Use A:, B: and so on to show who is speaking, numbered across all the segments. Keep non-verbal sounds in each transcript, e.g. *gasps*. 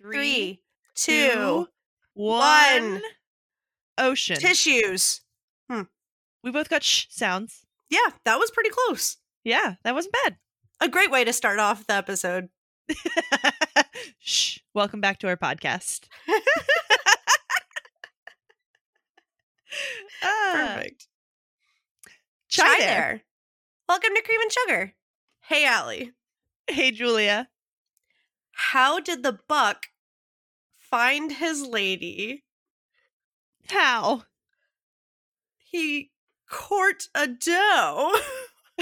A: three,
B: two,
A: two,
B: one.
A: one.
B: Ocean.
A: Tissues.
B: we both got sh sounds.
A: Yeah, that was pretty close.
B: Yeah, that wasn't bad.
A: A great way to start off the episode.
B: *laughs* Shh. Welcome back to our podcast. *laughs* Ah,
A: Perfect.
B: Chai there.
A: Welcome to Cream and Sugar. Hey, Allie.
B: Hey, Julia.
A: How did the buck find his lady?
B: How?
A: He court a doe. *laughs*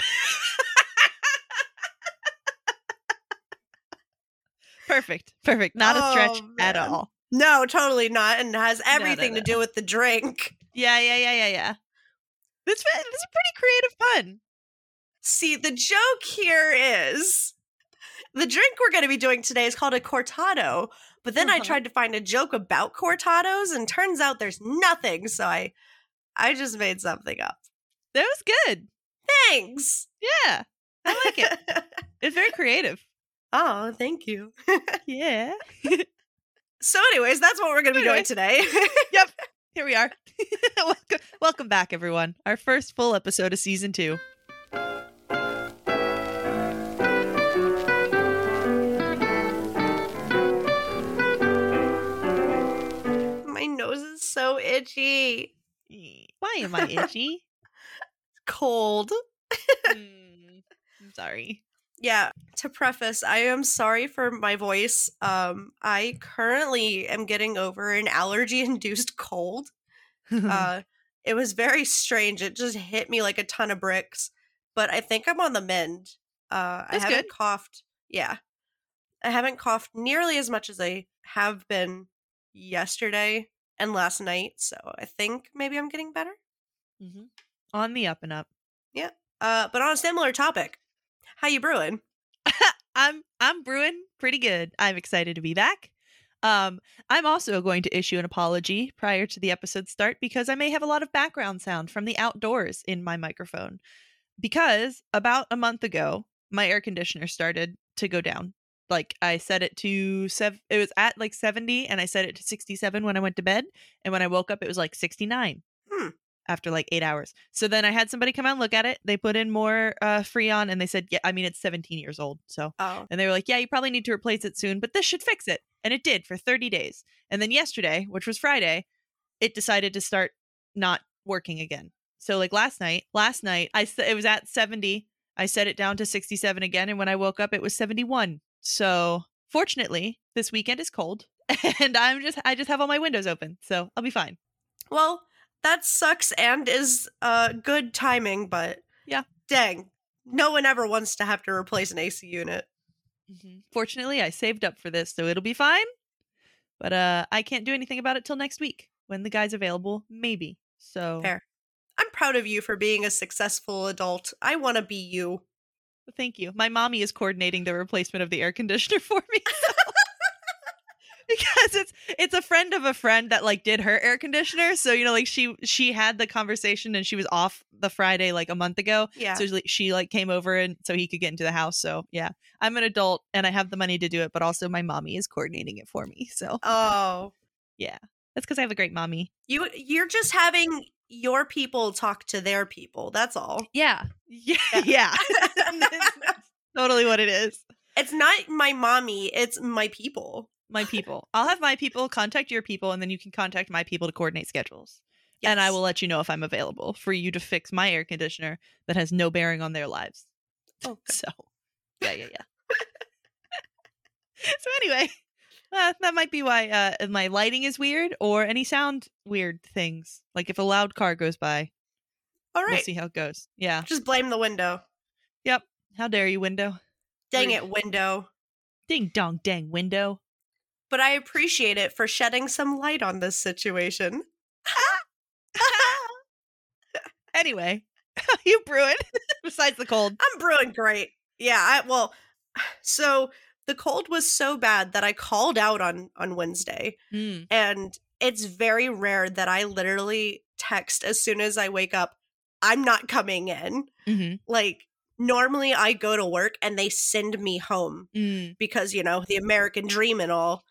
B: Perfect. Perfect. Not a stretch
A: Oh,
B: at
A: man.
B: all.
A: No, totally not, and has
B: no,
A: everything to do with the drink.
B: Yeah, yeah, yeah, yeah, yeah. This, fe- this is pretty creative fun.
A: See, the joke here is the drink we're going to be doing today is called a cortado, but then I
B: Uh-huh.
A: tried to find a joke about cortados and turns out there's nothing, so I I just made something up.
B: That was good.
A: Thanks.
B: Yeah. I like it.
A: *laughs*
B: It's very creative.
A: oh, thank you.
B: Yeah.
A: So anyways, that's what we're going to be doing
B: Anyways.
A: today. *laughs*
B: Here we are. *laughs* welcome, welcome back, everyone. Our first full episode of season two.
A: My nose is so itchy.
B: Eh, Why am I itchy?
A: Cold.
B: Mm, I'm sorry.
A: yeah to preface i am sorry for my voice um i currently am getting over an allergy induced cold
B: Mm-hmm.
A: uh it was very strange it just hit me like a ton of bricks but i think i'm on the mend uh i
B: That's
A: haven't
B: good.
A: coughed yeah i haven't coughed nearly as much as i have been yesterday and last night so i think maybe i'm getting better
B: Mhm. On the up and up.
A: uh but on a similar topic how you brewing
B: *laughs* I'm I'm brewing pretty good. I'm excited to be back. Um, I'm also going to issue an apology prior to the episode start because I may have a lot of background sound from the outdoors in my microphone. Because about a month ago, my air conditioner started to go down. Like I set it to seven, it was at like 70, and I set it to 67 when I went to bed. And when I woke up, it was like 69
A: Hmm.
B: after like eight hours. So then I had somebody come out and look at it. They put in more uh, Freon and they said, Yeah, I mean, it's 17 years old. So
A: oh
B: and they were like, yeah, you probably need to replace it soon, but this should fix it. And it did for 30 days. And then yesterday, which was Friday, it decided to start not working again. So like last night, last night I s- it was at 70. I set it down to 67 again and when I woke up it was 71. So fortunately, this weekend is cold *laughs* and I'm just I just have all my windows open. So I'll be fine.
A: Well, that sucks and is uh good timing, but
B: Yeah.
A: Dang. No one ever wants to have to replace an AC unit.
B: Fortunately, I saved up for this, so it'll be fine. But uh I can't do anything about it till next week when the guy's available, maybe. So
A: Fair. I'm proud of you for being a successful adult. I want to be you.
B: Thank you. My mommy is coordinating the replacement of the air conditioner *laughs* for me. so- because it's it's a friend of a friend that like did her air conditioner. So, you know, like she she had the conversation and she was off the Friday like a month ago.
A: Yeah.
B: So she, she like came over and so he could get into the house. So yeah. I'm an adult and I have the money to do it, but also my mommy is coordinating it for me. So
A: oh.
B: that's because I have a great mommy.
A: You you're just having your people talk to their people. That's
B: *laughs*
A: all. *laughs*
B: Yeah. Yeah. *laughs* Yeah. totally what it is.
A: it's not my mommy, it's my people.
B: my people. I'll have my people contact your people, and then you can contact my people to coordinate schedules. And I
A: Yes.
B: will let you know if I'm available for you to fix my air conditioner that has no bearing on their
A: *laughs*
B: lives.
A: Oh, good.
B: So, yeah, yeah, yeah. so anyway, uh, that might be why uh, my lighting is weird, or any sound weird things. Like if a loud car goes by,
A: All
B: we'll
A: right.
B: see how it goes. Yeah.
A: Just blame the window.
B: How dare you, window?
A: Dang
B: Rude.
A: it, window.
B: Ding dong, dang
A: *laughs*
B: window.
A: But I appreciate it for shedding some light on this situation.
B: anyway, *laughs* you brewing? *laughs* Besides the cold.
A: I'm brewing great. Yeah, I well, *sighs* so the cold was so bad that I called out on on Wednesday
B: Mm.
A: and it's very rare that I literally text as soon as I wake up, I'm not coming in.
B: Mm-hmm.
A: Like normally I go to work and they send me home
B: Mm.
A: because, you know, the American dream and all.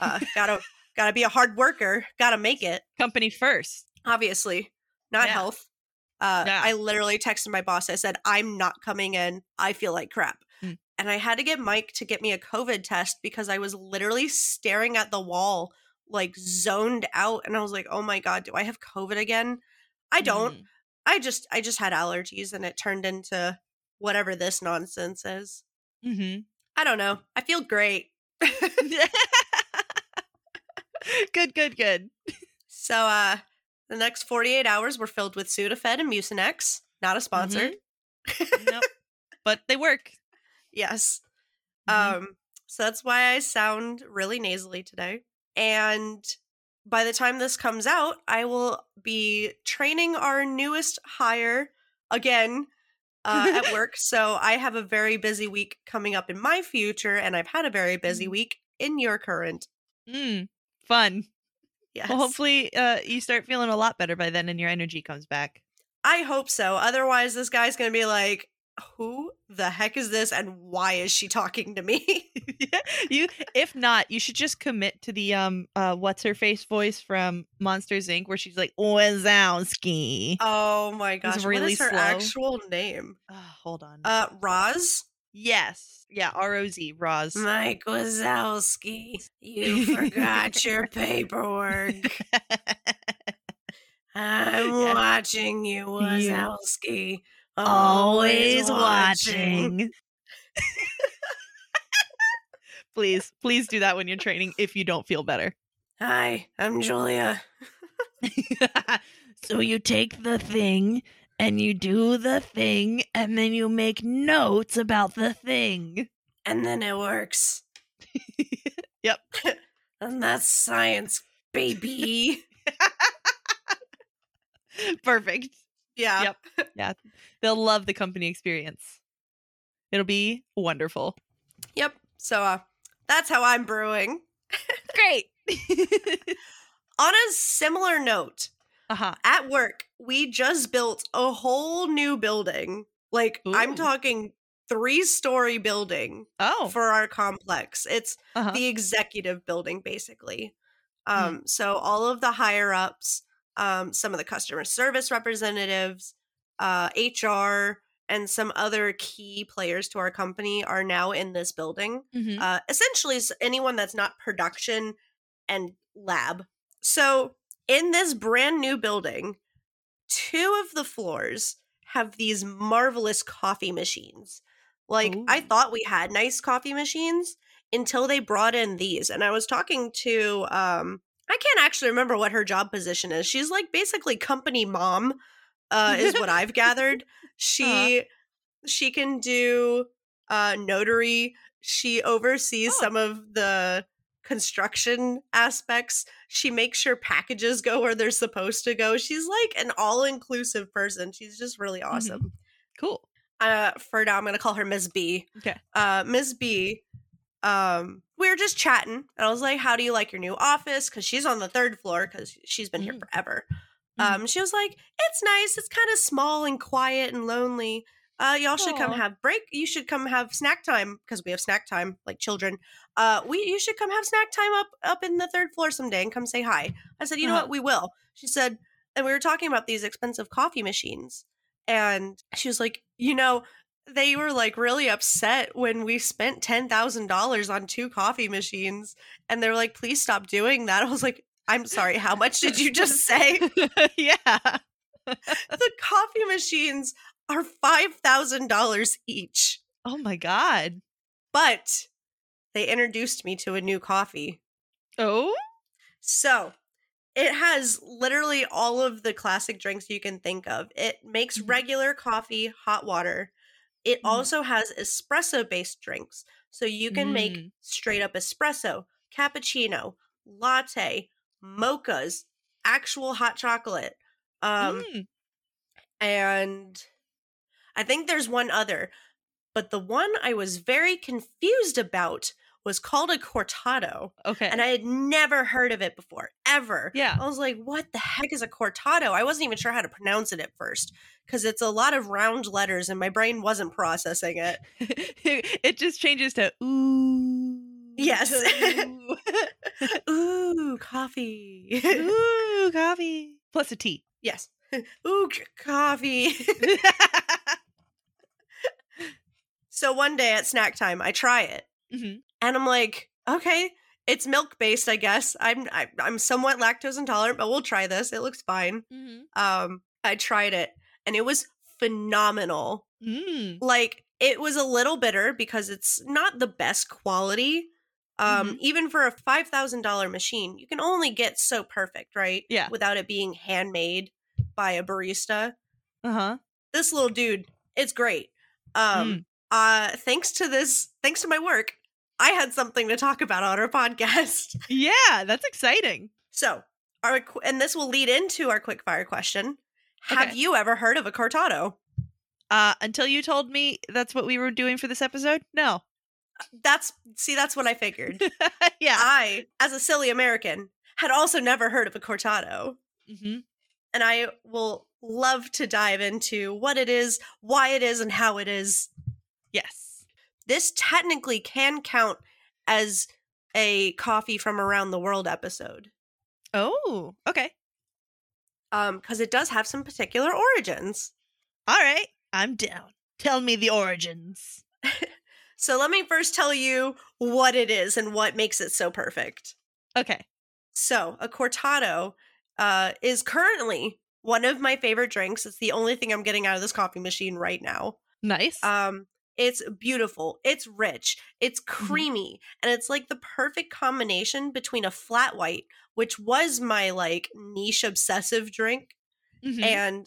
A: Uh, gotta gotta be a hard worker. Gotta make it.
B: Company first.
A: Obviously, not
B: Yeah.
A: health. Uh,
B: Yeah.
A: I literally texted my boss. I said, "I'm not coming in. I feel like crap."
B: Mm.
A: And I had to get Mike to get me a COVID test because I was literally staring at the wall, like zoned out. And I was like, "Oh my god, do I have COVID again?" I don't.
B: Mm.
A: I just I just had allergies, and it turned into whatever this nonsense is.
B: Mhm.
A: I don't know. I feel great.
B: Mm-hmm. *laughs* good, good, good.
A: So uh the next 48 hours were filled with Sudafed and Mucinex, not a sponsor.
B: Nope. But they work.
A: Yes.
B: Mhm.
A: Um so that's why I sound really nasally today. And by the time this comes out, I will be training our newest hire again uh,
B: *laughs*
A: at work. So I have a very busy week coming up in my future, and I've had a very busy
B: Mhm.
A: week in your current.
B: Mm, fun.
A: Yes.
B: Well, hopefully, uh, you start feeling a lot better by then, and your energy comes back. *laughs*
A: I hope so. Otherwise, this guy's going to be like, who the heck is this and why is she talking to me? *laughs*
B: you, if not, you should just commit to the um, uh, what's her face voice from Monsters Inc., where she's like Wazowski.
A: oh my gosh. what
B: really
A: is her
B: slow.
A: actual name?
B: Ah, hold on.
A: Uh, Roz?
B: yes, yeah, R O Z Roz.
A: Mike Wazowski, *laughs* your paperwork.
B: *laughs*
A: I'm
B: Yes.
A: watching you,
B: You-
A: *laughs*
B: please, please do that when you're training if you don't feel better. *laughs*
A: Hi, I'm Julia.
B: so you take the thing and you do the thing and then you make notes about the thing. *laughs*
A: And then it works.
B: Yep.
A: and that's science, baby.
B: Perfect.
A: *laughs* yeah.
B: Yep. They'll love the company experience. It'll be wonderful.
A: Yep. So uh, that's how I'm brewing.
B: Great.
A: On a similar note,
B: *laughs* uh-huh.
A: at work, we just built a whole new building. Like, I'm
B: Ooh.
A: talking three story building
B: Oh.
A: for our complex. It's
B: uh-huh. Mm-hmm.
A: the executive building, basically. Um, So, all of the higher ups, um, some of the customer service representatives, uh, HR, and some other key players to our company are now in this building
B: Mhm.
A: uh, essentially s- anyone that's not production and lab. So in this brand new building, two of the floors have these marvelous coffee machines. Like I
B: Ooh.
A: thought we had nice coffee machines until they brought in these. And I was talking to um I can't actually remember what her job position is. She's like basically company mom uh is what I've gathered. She she can do uh notary she oversees
B: Oh.
A: some of the construction aspects she makes sure packages go where they're supposed to go she's like an all-inclusive person she's just really awesome
B: Cool.
A: uh for now i'm gonna call her ms b
B: Okay.
A: uh ms b um we were just chatting and i was like how do you like your new office because she's on the third floor because she's been here
B: Mm.
A: forever
B: Mhm.
A: um she was like it's nice it's kind of small and quiet and lonely uh y'all should come
B: Aw.
A: have break you should come have snack time because we have snack time like children uh we you should come have snack time up up in the third floor someday and come say hi i said you know
B: Uh-huh.
A: what we will she said and we were talking about these expensive coffee machines and she was like you know they were like really upset when we spent $10,000 on two coffee machines and they were like please stop doing that i was like i'm sorry how much did you just
B: *laughs*
A: *laughs* say
B: yeah.
A: the coffee machines are $5,000 each.
B: Oh my god.
A: But they introduced me to a new coffee.
B: Oh.
A: So it has literally all of the classic drinks you can think of. It makes
B: Mhm.
A: regular coffee, hot water. It
B: Mhm.
A: also has espresso based drinks. So you can make
B: Mm.
A: straight up espresso, cappuccino, latte, mochas, actual hot chocolate. Um,
B: Mm.
A: and I think there's one other, but the one I was very confused about was called a cortado,
B: Okay.
A: and I had never heard of it before, ever. *laughs*
B: yeah. *laughs*
A: I was like, what the heck is a cortado? I wasn't even sure how to pronounce it at first because it's a lot of round letters and my brain wasn't processing it.
B: it just changes to ooh.
A: Yes.
B: to ooh.
A: coffee.
B: *laughs* Ooh, coffee plus a *laughs* tea.
A: yes. *laughs* Ooh, c- coffee. *laughs*
B: Mm-hmm.
A: so one day at snack time, I try it.
B: Mhm.
A: and I'm like, okay, it's milk based, I guess. I'm I, I'm somewhat lactose intolerant, but we'll try this. It looks fine.
B: Mhm.
A: Um, I tried it, and it was phenomenal.
B: Mm.
A: Like it was a little bitter because it's not the best quality. Um,
B: Mm-hmm.
A: even for a five thousand dollar machine, you can only get so perfect, right?
B: Yeah.
A: without it being handmade by a barista.
B: Uh huh.
A: This little dude, it's great. Um,
B: Mm.
A: uh thanks to this thanks to my work i had something to talk about on our podcast *laughs*
B: Yeah, that's exciting.
A: so our qu- and this will lead into our quick fire question have
B: Okay.
A: you ever heard of a cortado
B: Uh, until you told me that's what we were doing for this episode. No. *laughs*
A: that's see that's what i figured
B: yeah.
A: i as a silly american had also never heard of a cortado
B: hmm
A: and i will love to dive into what it is why it is and how it is
B: Yes.
A: this technically can count as a coffee from around the world episode
B: Oh. Okay.
A: um because it does have some particular origins
B: All right. I'm down. Tell me the origins.
A: so let me first tell you what it is and what makes it so perfect
B: Okay.
A: so a cortado uh is currently one of my favorite drinks it's the only thing i'm getting out of this coffee machine right now
B: Nice.
A: um it's beautiful it's rich it's creamy and it's like the perfect combination between a flat white which was my like niche obsessive drink
B: Mhm.
A: and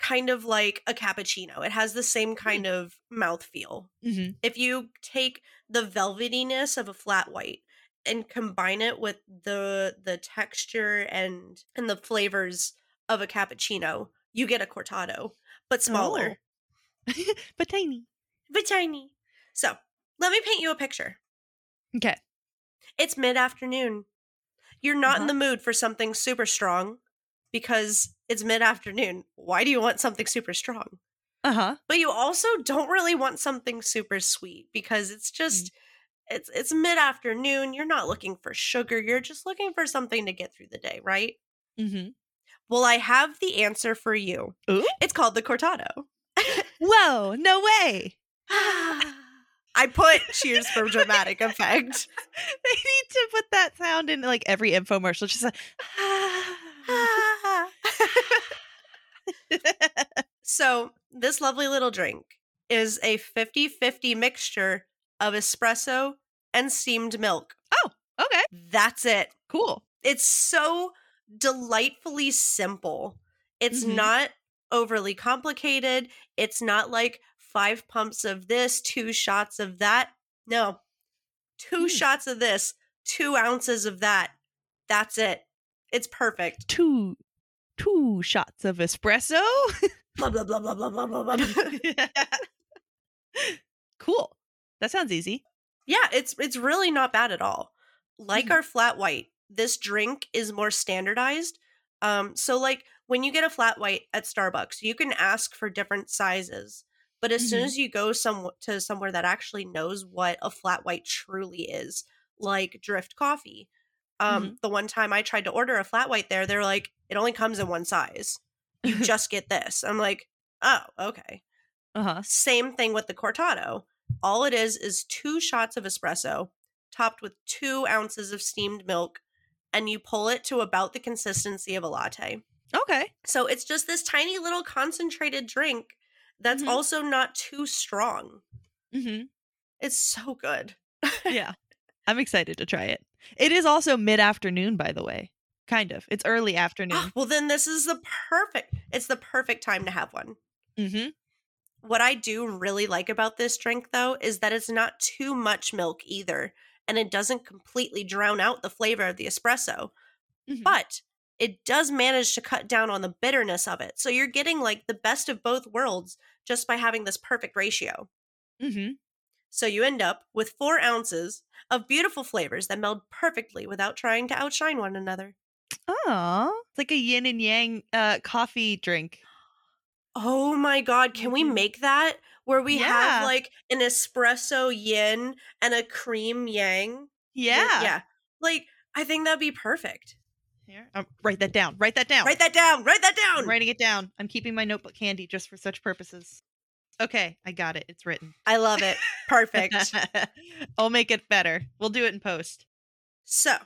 A: kind of like a cappuccino. It has the same kind of mouthfeel.
B: Mhm.
A: If you take the velvetiness of a flat white and combine it with the the texture and and the flavors of a cappuccino, you get a cortado, but smaller,
B: *laughs* but tiny.
A: but tiny. So, let me paint you a picture.
B: Okay.
A: It's mid-afternoon. You're not in
B: Uh-huh.
A: the mood for something super strong because it's mid-afternoon. Why do you want something super strong?
B: Uh huh.
A: but you also don't really want something super sweet because it's
B: Mm.
A: just it's it's mid afternoon. You're not looking for sugar. You're just looking for something to get through the day, right?
B: Mm-hmm.
A: Well, I have the answer for you.
B: Ooh.
A: It's called
B: *sighs*
A: the cortado.
B: Whoa! No way. *laughs*
A: I put cheers for dramatic effect.
B: They need to put that sound in like every infomercial. Just like. *laughs* ah. *laughs*
A: so, this lovely little drink is a 50/50 mixture of espresso and steamed milk.
B: okay.
A: That's it.
B: Cool.
A: it's so delightfully simple. It's
B: Mhm.
A: not overly complicated. It's not like five pumps of this, two shots of that. No, two
B: Mm.
A: shots of this, two ounces of that. That's it. It's perfect.
B: Two, two shots of espresso. *laughs*
A: Blah blah blah blah blah blah blah. blah. *laughs*
B: cool. That sounds easy.
A: yeah, it's it's really not bad at all. Like
B: Mm.
A: our flat white, this drink is more standardized. Um, so like when you get a flat white at Starbucks, you can ask for different sizes. But as soon
B: Mhm.
A: as you go some to somewhere that actually knows what a flat white truly is, like Drift Coffee, um, the one time I tried to order a flat white there, they're like, it only comes in one size. You just get this. I'm like, oh, okay.
B: Uh huh.
A: Same thing with the cortado. All it is is two shots of espresso topped with two ounces of steamed milk, and you pull it to about the consistency of a latte.
B: Okay.
A: So it's just this tiny little concentrated drink that's
B: Mhm.
A: also not too strong.
B: Mm-hmm.
A: It's so good.
B: Yeah. *laughs* I'm excited to try it. It is also mid afternoon, by the way. Kind of. It's early
A: Ah,
B: *gasps* afternoon.
A: well, then this is the perfect. It's the perfect time to have one.
B: mm-hmm.
A: What I do really like about this drink, though, is that it's not too much milk either, and it doesn't completely drown out the flavor of the espresso. but it does manage to cut down on the bitterness of it. So you're getting like the best of both worlds just by having this perfect ratio.
B: mm-hmm.
A: So you end up with four ounces of beautiful flavors that meld perfectly without trying to outshine one another.
B: Oh, it's like a yin and yang uh, coffee drink.
A: Oh my God, can we
B: Mhm.
A: make that where we have
B: Yeah.
A: like an espresso yin and a cream yang?
B: Yeah.
A: Yeah. Like, I think that'd be perfect.
B: Here, um, write that down. Write that down.
A: Write that down. Write that
B: I'm
A: down.
B: writing it down. I'm keeping my notebook handy just for such purposes. Okay, I got it. It's written.
A: I love it.
B: *laughs*
A: Perfect.
B: I'll make it better. We'll do it in post.
A: so,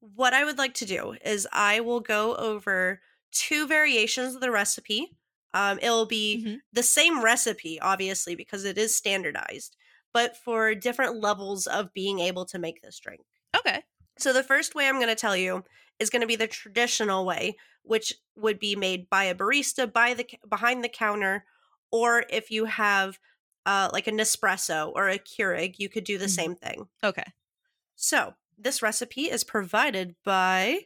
A: what I would like to do is I will go over two variations of the recipe. Um, it'll be
B: Mhm.
A: the same recipe, obviously, because it is standardized, but for different levels of being able to make this drink.
B: Okay.
A: So the first way I'm going to tell you is going to be the traditional way, which would be made by a barista by the c- behind the counter, or if you have uh, like a Nespresso or a Keurig, you could do the
B: Mhm.
A: same thing.
B: Okay.
A: So this recipe is provided by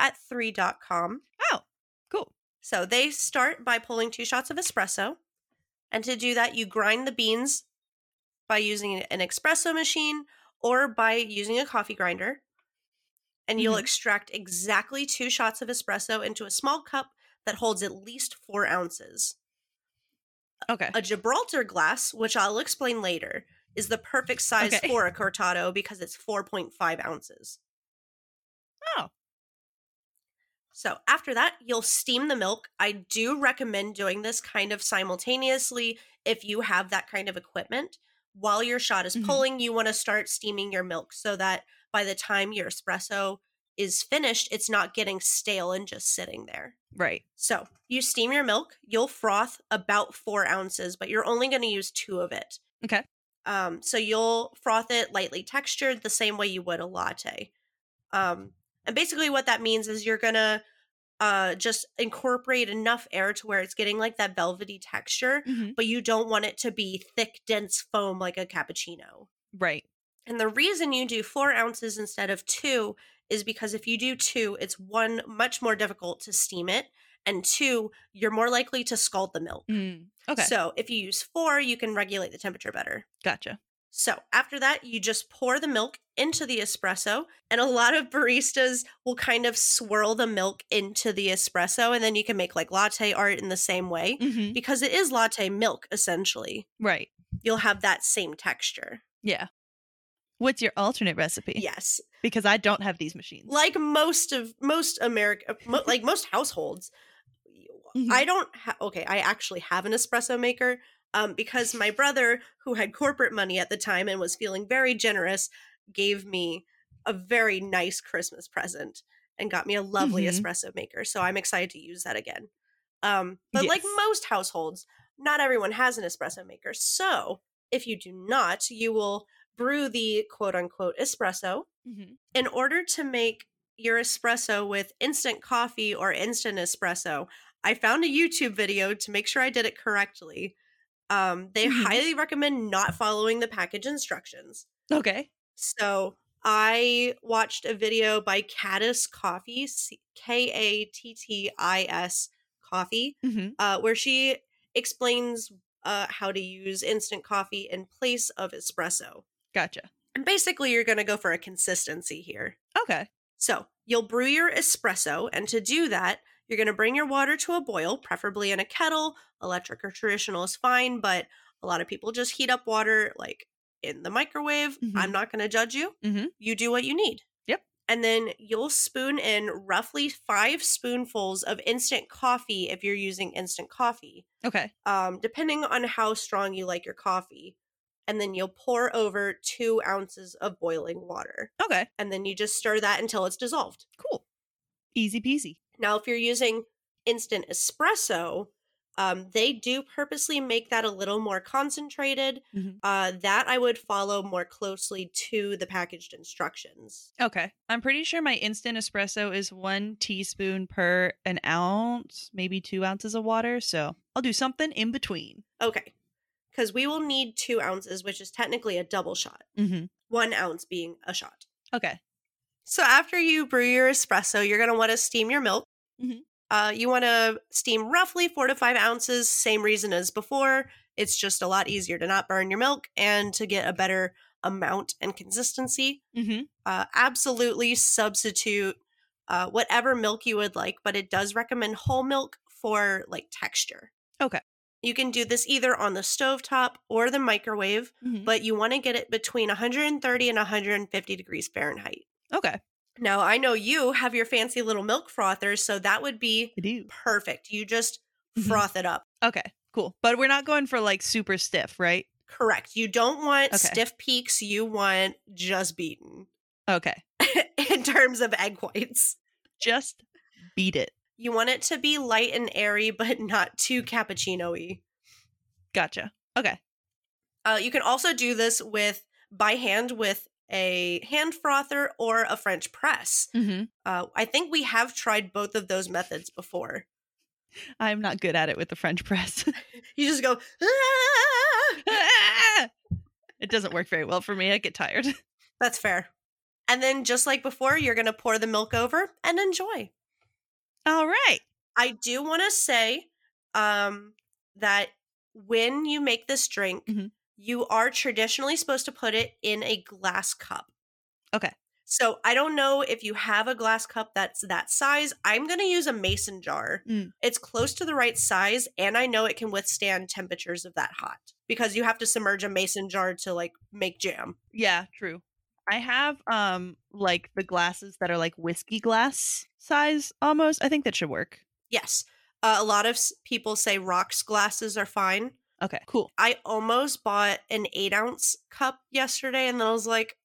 A: coffeeat3.com.
B: Oh, cool.
A: So they start by pulling two shots of espresso. And to do that, you grind the beans by using an espresso machine or by using a coffee grinder. And you'll
B: Mhm.
A: extract exactly two shots of espresso into a small cup that holds at least four ounces.
B: Okay.
A: A Gibraltar glass, which I'll explain later, is the perfect size
B: Okay.
A: for a cortado because it's 4.5 ounces.
B: Oh.
A: So after that, you'll steam the milk. I do recommend doing this kind of simultaneously if you have that kind of equipment. While your shot is
B: Mhm.
A: pulling, you want to start steaming your milk so that by the time your espresso is finished, it's not getting stale and just sitting there.
B: Right.
A: So you steam your milk, you'll froth about four ounces, but you're only going to use two of it.
B: Okay.
A: Um, so you'll froth it lightly textured the same way you would a latte. Um, and basically, what that means is you're going to uh, just incorporate enough air to where it's getting like that velvety texture,
B: Mhm.
A: but you don't want it to be thick, dense foam like a cappuccino.
B: Right.
A: And the reason you do four ounces instead of two is because if you do two, it's one, much more difficult to steam it, and two, you're more likely to scald the milk.
B: Mm. Okay.
A: So if you use four, you can regulate the temperature better.
B: gotcha.
A: So after that, you just pour the milk into the espresso, and a lot of baristas will kind of swirl the milk into the espresso, and then you can make like latte art in the same way
B: hmm
A: because it is latte milk essentially.
B: Mm-hmm. Right.
A: You'll have that same texture.
B: Yeah. What's your alternate recipe?
A: Yes.
B: Because I don't have these machines.
A: like most of most america mo- like most households
B: Mhm.
A: i don't ha- okay i actually have an espresso maker um, because my brother who had corporate money at the time and was feeling very generous gave me a very nice christmas present and got me a lovely
B: Mhm.
A: espresso maker so i'm excited to use that again um, but like
B: Yes.
A: most households not everyone has an espresso maker so if you do not you will brew the quote unquote espresso
B: Mhm.
A: in order to make your espresso with instant coffee or instant espresso, I found a YouTube video to make sure I did it correctly. Um, they
B: Mhm.
A: highly recommend not following the package instructions.
B: Okay.
A: So I watched a video by Caddis Coffee, K A T T I S Coffee,
B: hmm
A: uh, where she explains uh, how to use instant coffee in place of espresso.
B: Gotcha.
A: And basically, you're going to go for a consistency here.
B: Okay.
A: So you'll brew your espresso, and to do that, you're going to bring your water to a boil, preferably in a kettle. Electric or traditional is fine, but a lot of people just heat up water like in the microwave. I'm
B: Mhm.
A: not going to judge you.
B: Mhm.
A: You do what you need.
B: Yep.
A: And then you'll spoon in roughly five spoonfuls of instant coffee if you're using instant coffee
B: Okay.
A: um, depending on how strong you like your coffee. And then you'll pour over two ounces of boiling water.
B: Okay.
A: And then you just stir that until it's dissolved.
B: Cool. Easy peasy.
A: Now, if you're using instant espresso, um, they do purposely make that a little more concentrated.
B: Mhm.
A: Uh, that I would follow more closely to the packaged instructions.
B: Okay. I'm pretty sure my instant espresso is one teaspoon per an ounce, maybe two ounces of water. So I'll do something in between.
A: Okay. Because we will need two ounces, which is technically a double shot,
B: Mm-hmm.
A: one ounce being a shot.
B: Okay.
A: So after you brew your espresso, you're going to want to steam your milk.
B: Mhm.
A: Uh, you want to steam roughly four to five ounces. Same reason as before. It's just a lot easier to not burn your milk and to get a better amount and consistency.
B: Mm-hmm.
A: Uh, absolutely substitute uh, whatever milk you would like, but it does recommend whole milk for like texture.
B: Okay.
A: You can do this either on the stovetop or the microwave,
B: mm-hmm.
A: but you want to get it between 130 and 150 degrees Fahrenheit.
B: Okay.
A: Now, I know you have your fancy little milk frothers, so that would be
B: I do.
A: perfect. You just
B: Mhm.
A: froth it up.
B: Okay, cool. But we're not going for like super stiff, right?
A: Correct. You don't want
B: Okay.
A: stiff peaks, you want just beaten *laughs*
B: Okay.
A: in terms of egg whites.
B: Just beat it.
A: You want it to be light and airy, but not too cappuccino y.
B: Gotcha. Okay.
A: Uh, you can also do this with by hand with a hand frother or a French press.
B: Mm-hmm.
A: Uh, I think we have tried both of those methods before.
B: I'm not good at it with the French *laughs* press.
A: You just go, "Ah!"
B: it doesn't work very well for me. I get tired.
A: that's fair. And then, just like before, you're going to pour the milk over and enjoy.
B: All right.
A: I do want to say um, that when you make this drink,
B: Mhm.
A: you are traditionally supposed to put it in a glass cup.
B: Okay.
A: So I don't know if you have a glass cup that's that size. I'm going to use a mason jar.
B: Mm.
A: It's close to the right size, and I know it can withstand temperatures of that hot because you have to submerge a mason jar to like make jam.
B: Yeah, true. I have um like the glasses that are like whiskey glass size almost. I think that should work.
A: Yes. Uh, a lot of s- people say rocks glasses are fine.
B: Okay, cool.
A: I almost bought an eight ounce cup yesterday, and then I was like,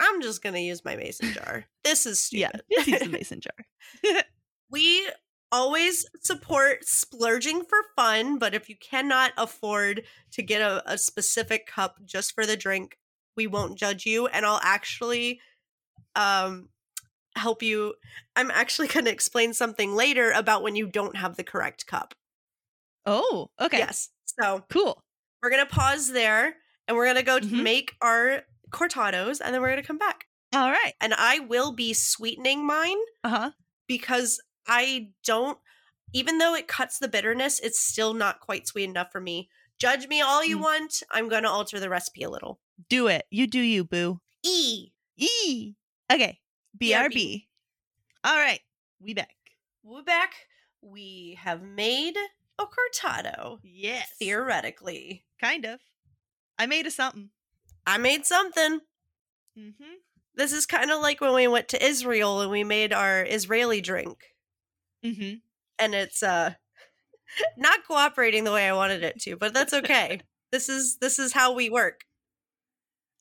A: I'm just going to use
B: *laughs*
A: my mason jar. This is
B: Yeah,
A: stupid.
B: just *laughs* use the mason jar.
A: We always support splurging for fun, but if you cannot afford to get a, a specific cup just for the drink, we won't judge you, and I'll actually um help you. I'm actually going to explain something later about when you don't have the correct cup.
B: Oh, okay.
A: Yes. So
B: Cool.
A: we're going to pause there, and we're going to go
B: Mhm.
A: make our cortados, and then we're going to come back.
B: All right.
A: And I will be sweetening mine
B: Uh-huh.
A: because I don't even though it cuts the bitterness, it's still not quite sweet enough for me. Judge me all you
B: Mm.
A: want. I'm going to alter the recipe a little.
B: Do it. You do you, boo.
A: E.
B: E. Okay.
A: BRB.
B: BRB. All right. We back.
A: We're back. We have made a cortado.
B: Yes.
A: Theoretically,
B: Kind of. I made a something.
A: I made something.
B: Mm-hmm.
A: This is kind of like when we went to Israel and we made our Israeli drink,
B: Mm-hmm.
A: and it's uh not cooperating the way I wanted it to, but that's okay. this is this is how we work.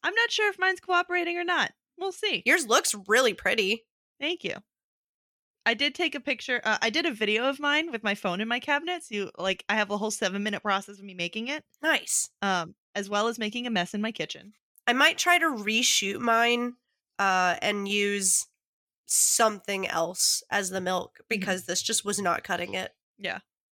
B: I'm not sure if mine's cooperating or not. We'll see.
A: Yours looks really pretty.
B: Thank you. I did take a picture. Uh, I did a video of mine with my phone in my cabinet. So, you, like, I have a whole seven minute process of me making it,
A: Nice.
B: um, as well as making a mess in my kitchen.
A: I might try to reshoot mine uh, and use something else as the milk because this just was not cutting it.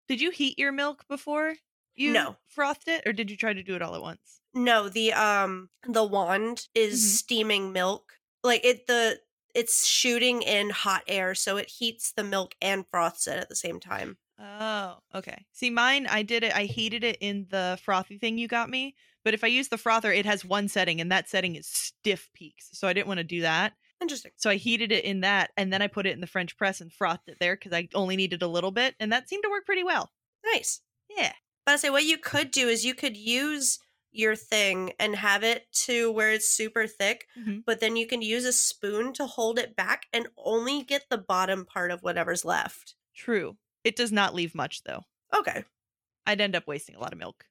B: Did you heat your milk before you
A: No.
B: frothed it, or did you try to do it all at once?
A: No, the um the wand is
B: Mhm.
A: steaming milk. Like it the it's shooting in hot air, so it heats the milk and froths it at the same time.
B: Oh, okay. See, mine, I did it. I heated it in the frothy thing you got me. But if I use the frother, it has one setting, and that setting is stiff peaks. So I didn't want to do that.
A: Interesting.
B: So I heated it in that, and then I put it in the French press and frothed it there because I only needed a little bit, and that seemed to work pretty well.
A: Nice.
B: Yeah.
A: But I say what you could do is you could use your thing and have it to where it's super thick,
B: Mhm.
A: but then you can use a spoon to hold it back and only get the bottom part of whatever's left.
B: True. It does not leave much though.
A: Okay,
B: I'd end up wasting a lot of milk.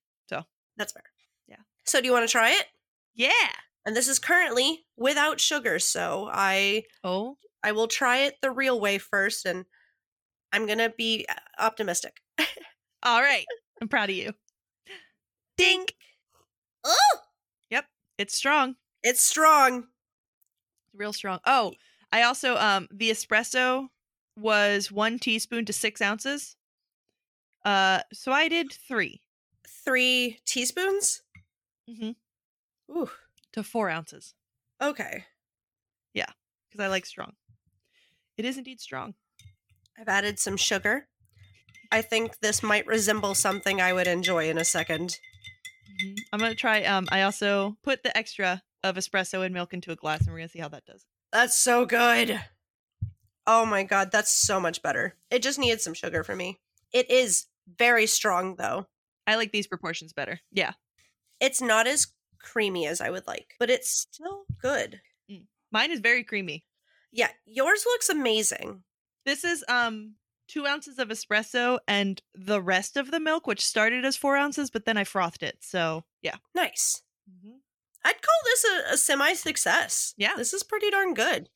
A: that's fair.
B: Yeah.
A: So do you want to try it?
B: Yeah.
A: And this is currently without sugar, so I
B: Oh.
A: I will try it the real way first and I'm going to be uh, optimistic.
B: All right. I'm proud of you.
A: Dink. Oh,
B: It's strong.
A: it's strong.
B: Real strong. Oh, I also um the espresso was one teaspoon to six ounces. Uh so I did three
A: 3 teaspoons?
B: Mhm.
A: Ooh,
B: to four ounces.
A: okay.
B: Because I like strong. It is indeed strong.
A: I've added some sugar. I think this might resemble something I would enjoy in a second.
B: Mhm. I'm gonna try um I also put the extra of espresso and milk into a glass and we're gonna see how that does.
A: That's so good. Oh my god, that's so much better. It just needed some sugar for me. It is very strong though.
B: I like these proportions better. Yeah.
A: It's not as creamy as I would like, but it's still good.
B: Mine is very creamy.
A: Yeah, yours looks amazing.
B: This is um two ounces of espresso and the rest of the milk, which started as four ounces, but then I frothed it. So yeah.
A: Nice.
B: Mm-hmm.
A: I'd call this a, a semi success.
B: Yeah.
A: This is pretty darn good.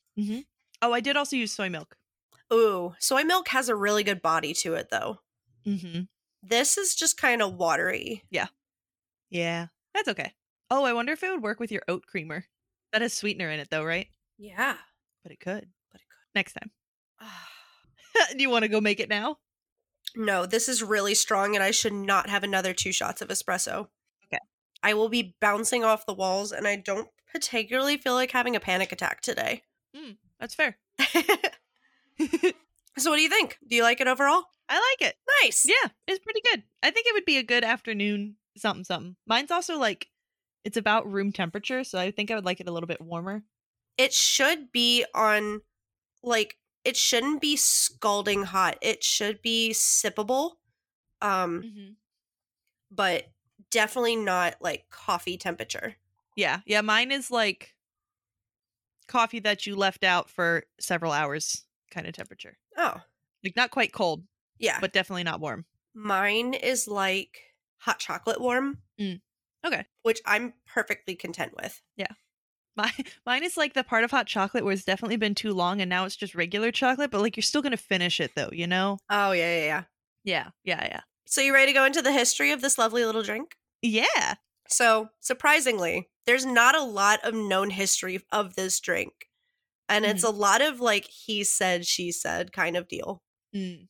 B: Oh, I did also use soy milk.
A: Ooh, soy milk has a really good body to it, though.
B: Mm-hmm.
A: This is just kind of watery.
B: Yeah, that's okay. Oh, I wonder if it would work with your oat creamer. That has sweetener in it, though, right?
A: Yeah. Ah.
B: But it could.
A: But it could.
B: Next time. *laughs* Do you want to go make it now?
A: No, this is really strong, and I should not have another two shots of espresso.
B: Okay.
A: I will be bouncing off the walls, and I don't particularly feel like having a panic attack today. *laughs*
B: That's *laughs* fair.
A: so, what do you think? Do you like it overall?
B: I like it.
A: Nice.
B: Yeah, it's pretty good. I think it would be a good afternoon something something. Mine's also like it's about room temperature, so I think I would like it a little bit warmer.
A: It should be on, like, it shouldn't be scalding hot. It should be sippable, um,
B: Mm-hmm.
A: but definitely not like coffee temperature.
B: Yeah, yeah. Mine is like coffee that you left out for several hours kind of temperature.
A: Oh,
B: Like not quite cold,
A: yeah.
B: but definitely not warm. *laughs*
A: Mine is like hot chocolate warm.
B: Mm. Okay.
A: Which I'm perfectly content with.
B: My mine is like the part of hot chocolate where it's definitely been too long and now it's just regular chocolate, but like you're still gonna finish it though, you know?
A: Oh, yeah, yeah, yeah.
B: Yeah, yeah, yeah.
A: So, you ready to go into the history of this lovely little drink?
B: Yeah.
A: So, surprisingly, there's not a lot of known history of this drink. And it's a lot of like he said, she said kind of deal.
B: Mm.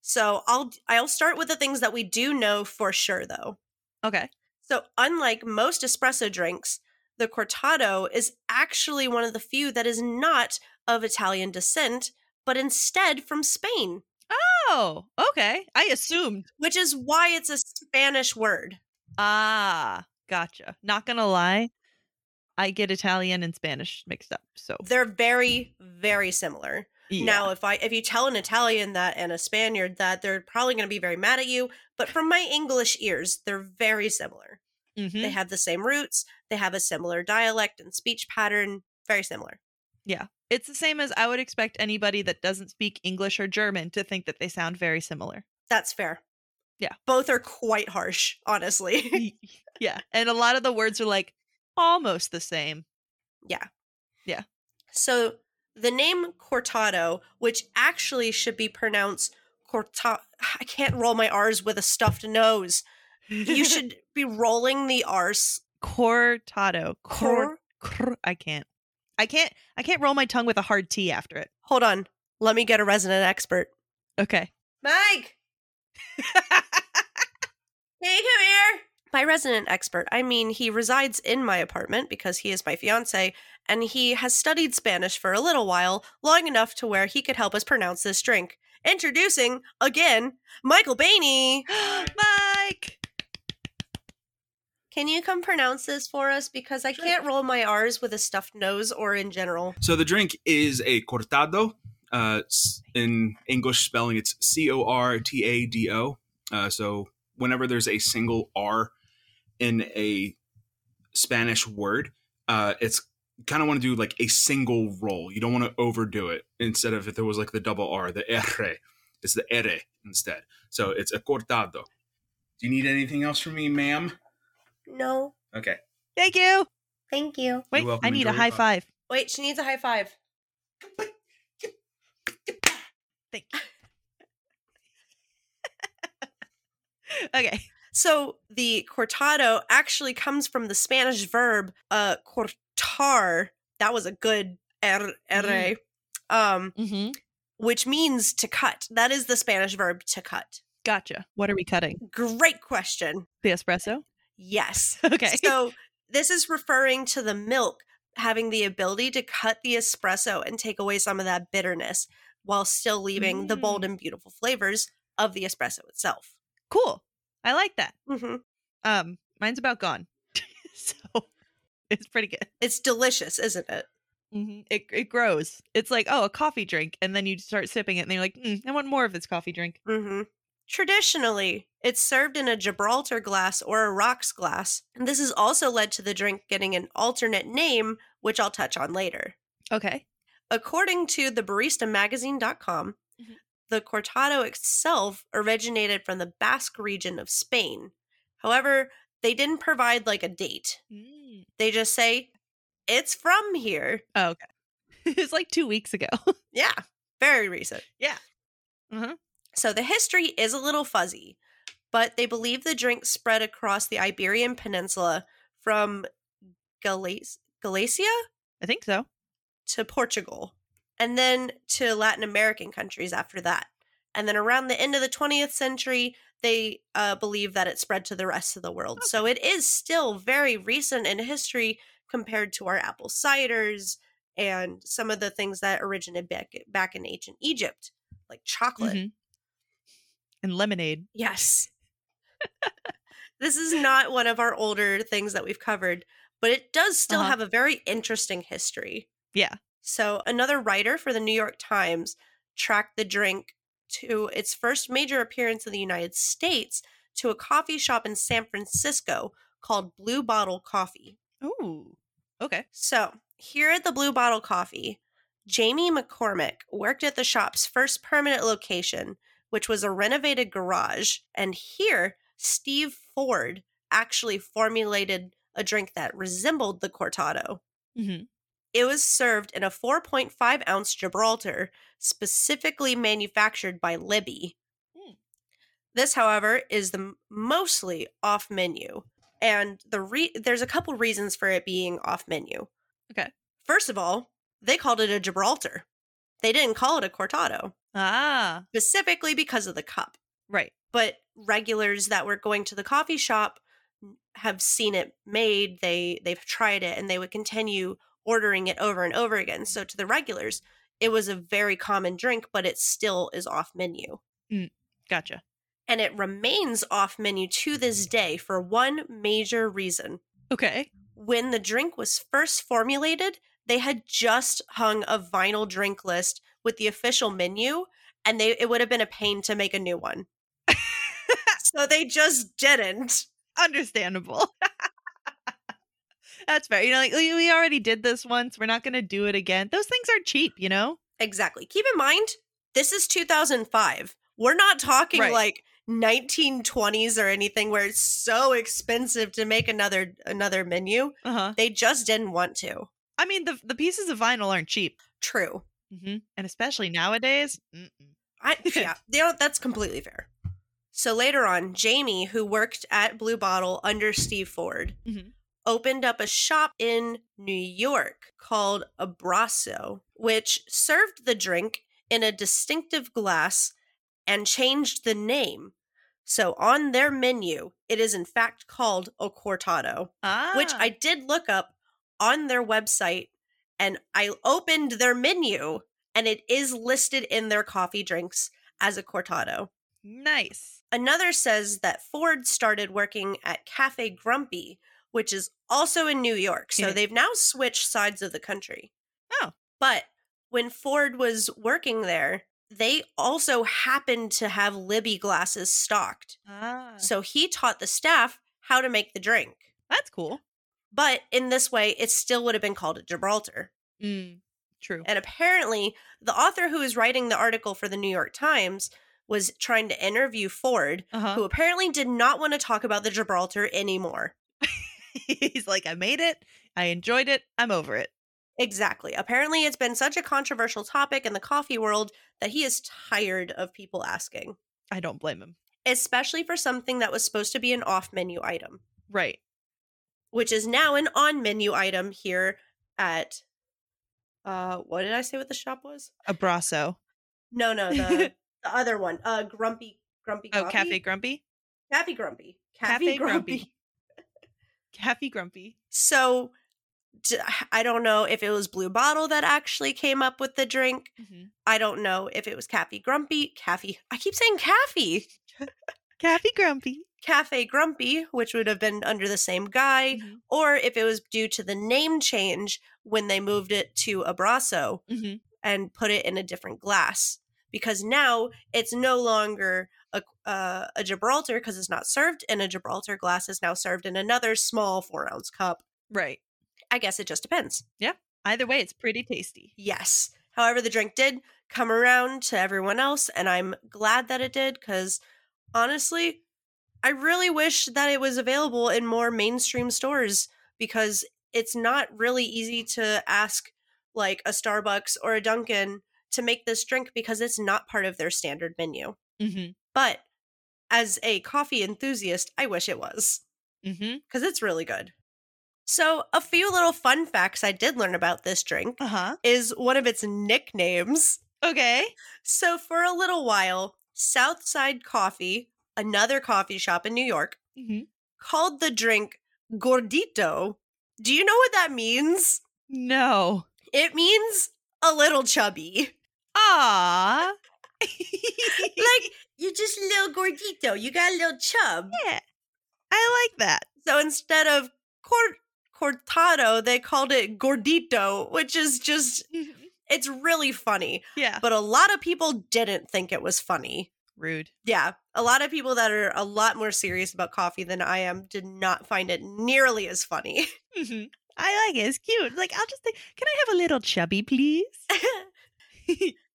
A: So, I'll I'll start with the things that we do know for sure though.
B: Okay.
A: So, unlike most espresso drinks, the cortado is actually one of the few that is not of Italian descent, but instead from Spain,
B: Oh, okay. I assumed.
A: which is why it's a Spanish word.
B: Ah, gotcha. Not gonna lie. I get Italian and Spanish mixed up. So
A: They're very, very similar.
B: yeah.
A: Now, if I if you tell an Italian that and a Spaniard that, they're probably going to be very mad at you. But from my English ears, they're very similar. They
B: Mhm.
A: have the same roots. They have a similar dialect and speech pattern. Very similar.
B: it's the same as I would expect anybody that doesn't speak English or German to think that they sound very
A: *laughs*
B: similar.
A: That's fair.
B: Yeah.
A: Both are quite harsh, honestly.
B: Y- yeah. And a lot of the words are like almost the same.
A: *laughs* So the name cortado, which actually should be pronounced corta, I can't roll my R's with a stuffed nose.
B: *laughs*
A: You should be rolling the R's.
B: cortado. Cor-
A: Cor-
B: Cr- I can't. I can't. I can't roll my tongue with a hard T after it.
A: Hold on, let me get a resident expert. *laughs*
B: Okay. *gasps*
A: Mike, hey, come here. By resident expert, I mean he resides in my apartment because he is my fiance, and he has studied Spanish for a little while, long enough to where he could help us pronounce this drink. Introducing again, Michael Bainey.
B: Mike.
A: Can you come pronounce this for us? Because I
B: Sure.
A: can't roll my R's with a stuffed nose or in general.
C: So the drink is a cortado. Uh, s- in English spelling, it's C O R T A D O. Uh, so whenever there's a single R in a Spanish word, uh, it's kind of want to do like a single roll. You don't want to overdo it. Instead of if there was like the double R, the R, it's the R instead. So it's a cortado. Do you need anything else from me, ma'am?
A: No,
C: Okay.
B: Thank you.
A: thank you.
B: Wait.
C: welcome.
B: I need a
C: Enjoy
B: high
C: your
B: five.
A: Wait, she needs a high five.
B: Thank you. *laughs* okay.
A: So the cortado actually comes from the Spanish verb uh cortar. That was a good R R.
B: Mm.
A: Um,
B: Mm-hmm.
A: which means to cut. That is the Spanish verb to cut.
B: Gotcha. What are we cutting?
A: Great question.
B: The espresso.
A: Yes.
B: *laughs* Okay. *laughs*
A: So this is referring to the milk having the ability to cut the espresso and take away some of that bitterness while still leaving the
B: Mm.
A: bold and beautiful flavors of the espresso itself.
B: cool. I like that.
A: hmm
B: Um, mine's about gone. *laughs* so it's pretty good.
A: It's delicious, isn't it?
B: hmm It it grows. It's like oh, a coffee drink, and then you start sipping it, and you're like, mm, I want more of this coffee drink.
A: hmm Traditionally, it's served in a Gibraltar glass or a rocks glass, and this has also led to the drink getting an alternate name, which I'll touch on later.
B: Okay.
A: According to the baristamagazine.com,
B: Mhm.
A: the cortado itself originated from the Basque region of Spain. However, they didn't provide like a date.
B: Mm.
A: They just say it's from here.
B: Oh, okay. *laughs* it's like two weeks ago.
A: Yeah, very recent.
B: Yeah. Mhm.
A: So the history is a little fuzzy, but they believe the drink spread across the Iberian Peninsula from Galic- Galicia
B: I think so.
A: to Portugal and then to Latin American countries after that. And then around the end of the 20th century, they uh, believe that it spread to the rest of the world. So it is still very recent in history compared to our apple ciders and some of the things that originated back, back in ancient Egypt, like chocolate.
B: Mhm. And lemonade.
A: *laughs* Yes. this is not one of our older things that we've covered, but it does still
B: Uh-huh.
A: have a very interesting history.
B: Yeah.
A: So, another writer for the New York Times tracked the drink to its first major appearance in the United States to a coffee shop in San Francisco called Blue Bottle Coffee.
B: Ooh. Okay.
A: So, here at the Blue Bottle Coffee, Jamie McCormick worked at the shop's first permanent location, which was a renovated garage. And here, Steve Ford actually formulated a drink that resembled the Cortado.
B: hmm
A: It was served in a 4.5 ounce Gibraltar, specifically manufactured by Libby.
B: Mm.
A: This, however, is the m- mostly off menu, and the re- there's a couple reasons for it being off menu.
B: Okay.
A: First of all, they called it a Gibraltar. They didn't call it a cortado,
B: Ah.
A: specifically because of the cup.
B: Right.
A: But regulars that were going to the coffee shop have seen it made. They they've tried it and they would continue ordering it over and over again. So to the regulars, it was a very common drink, but it still is off menu.
B: Gotcha.
A: And it remains off menu to this day for one major reason.
B: Okay.
A: When the drink was first formulated, they had just hung a vinyl drink list with the official menu, and they it would have been a pain to make a new one. so they just didn't.
B: Understandable. That's fair. You know, like we we already did this once. We're not going to do it again. Those things are cheap, you know?
A: Exactly. Keep in mind, this is 2005. We're not talking
B: Right.
A: like 1920s or anything where it's so expensive to make another another menu.
B: Uh huh.
A: They just didn't want to.
B: I mean, the the pieces of vinyl aren't cheap,
A: True.
B: mm-hmm. and especially nowadays. Mm-mm.
A: I yeah, you know, that's completely fair. So later on, Jamie, who worked at Blue Bottle under Steve Ford,
B: Mhm.
A: opened up a shop in New York called Abrasso, which served the drink in a distinctive glass and changed the name. So on their menu, it is in fact called a cortado
B: Ah,
A: which I did look up on their website and I opened their menu and it is listed in their coffee drinks as a cortado.
B: nice.
A: Another says that Ford started working at Cafe Grumpy, which is also in New York. So
B: Yeah.
A: they've now switched sides of the country.
B: Oh.
A: But when Ford was working there, they also happened to have Libby glasses stocked.
B: Ah,
A: So he taught the staff how to make the drink.
B: that's cool.
A: But in this way, it still would have been called a Gibraltar.
B: Mm, true.
A: And apparently, the author who was writing the article for the New York Times was trying to interview Ford,
B: Uh huh.
A: who apparently did not want to talk about the Gibraltar anymore.
B: *laughs* He's like, I made it. I enjoyed it. I'm over it.
A: Exactly. Apparently, it's been such a controversial topic in the coffee world that he is tired of people asking,
B: I don't blame him.
A: especially for something that was supposed to be an off menu item,
B: Right.
A: which is now an on menu item here at. Uh, what did I say what the shop was?
B: Abrasso.
A: No, no,
B: *laughs*
A: the the other one. Uh, Grumpy, Grumpy.
B: Oh,
A: Coffee?
B: Cafe Grumpy.
A: Cafe Grumpy.
B: *laughs* Cafe Grumpy.
A: So, d- I don't know if it was Blue Bottle that actually came up with the drink.
B: Mhm.
A: I don't know if it was Cafe Grumpy, Cafe. I keep saying Cafe,
B: Cafe Grumpy.
A: Cafe Grumpy, which would have been under the same guy,
B: Mhm.
A: or if it was due to the name change when they moved it to Abrasso.
B: Mhm.
A: and put it in a different glass because now it's no longer a, uh, a Gibraltar because it's not served in a Gibraltar glass. It's now served in another small four ounce cup.
B: Right.
A: I guess it just depends.
B: Yeah. Either way, it's pretty tasty.
A: Yes. However, the drink did come around to everyone else, and I'm glad that it did because honestly, I really wish that it was available in more mainstream stores because it's not really easy to ask like a Starbucks or a Dunkin' to make this drink because it's not part of their standard menu.
B: Mm-hmm.
A: But as a coffee enthusiast, I wish it was
B: Mm-hmm.
A: because it's really good. So, a few little fun facts I did learn about this drink
B: Uh huh.
A: is one of its nicknames.
B: Okay.
A: So, for a little while, Southside Coffee, another coffee shop in New York,
B: Mm-hmm.
A: called the drink Gordito. Do you know what that means?
B: No.
A: It means a little chubby.
B: *laughs* Ah.
A: like, *laughs* you just a little Gordito. You got a little chub.
B: yeah. I like that.
A: So instead of cor- cortado, they called it gordito, which is just, it's really funny.
B: Mm-hmm. yeah.
A: But a lot of people didn't think it was funny.
B: Rude.
A: Yeah, a lot of people that are a lot more serious about coffee than I am did not find it nearly as funny. *laughs*
B: Mm-hmm. I like it. It's cute. Like I'll just think. Can I have a little chubby, please?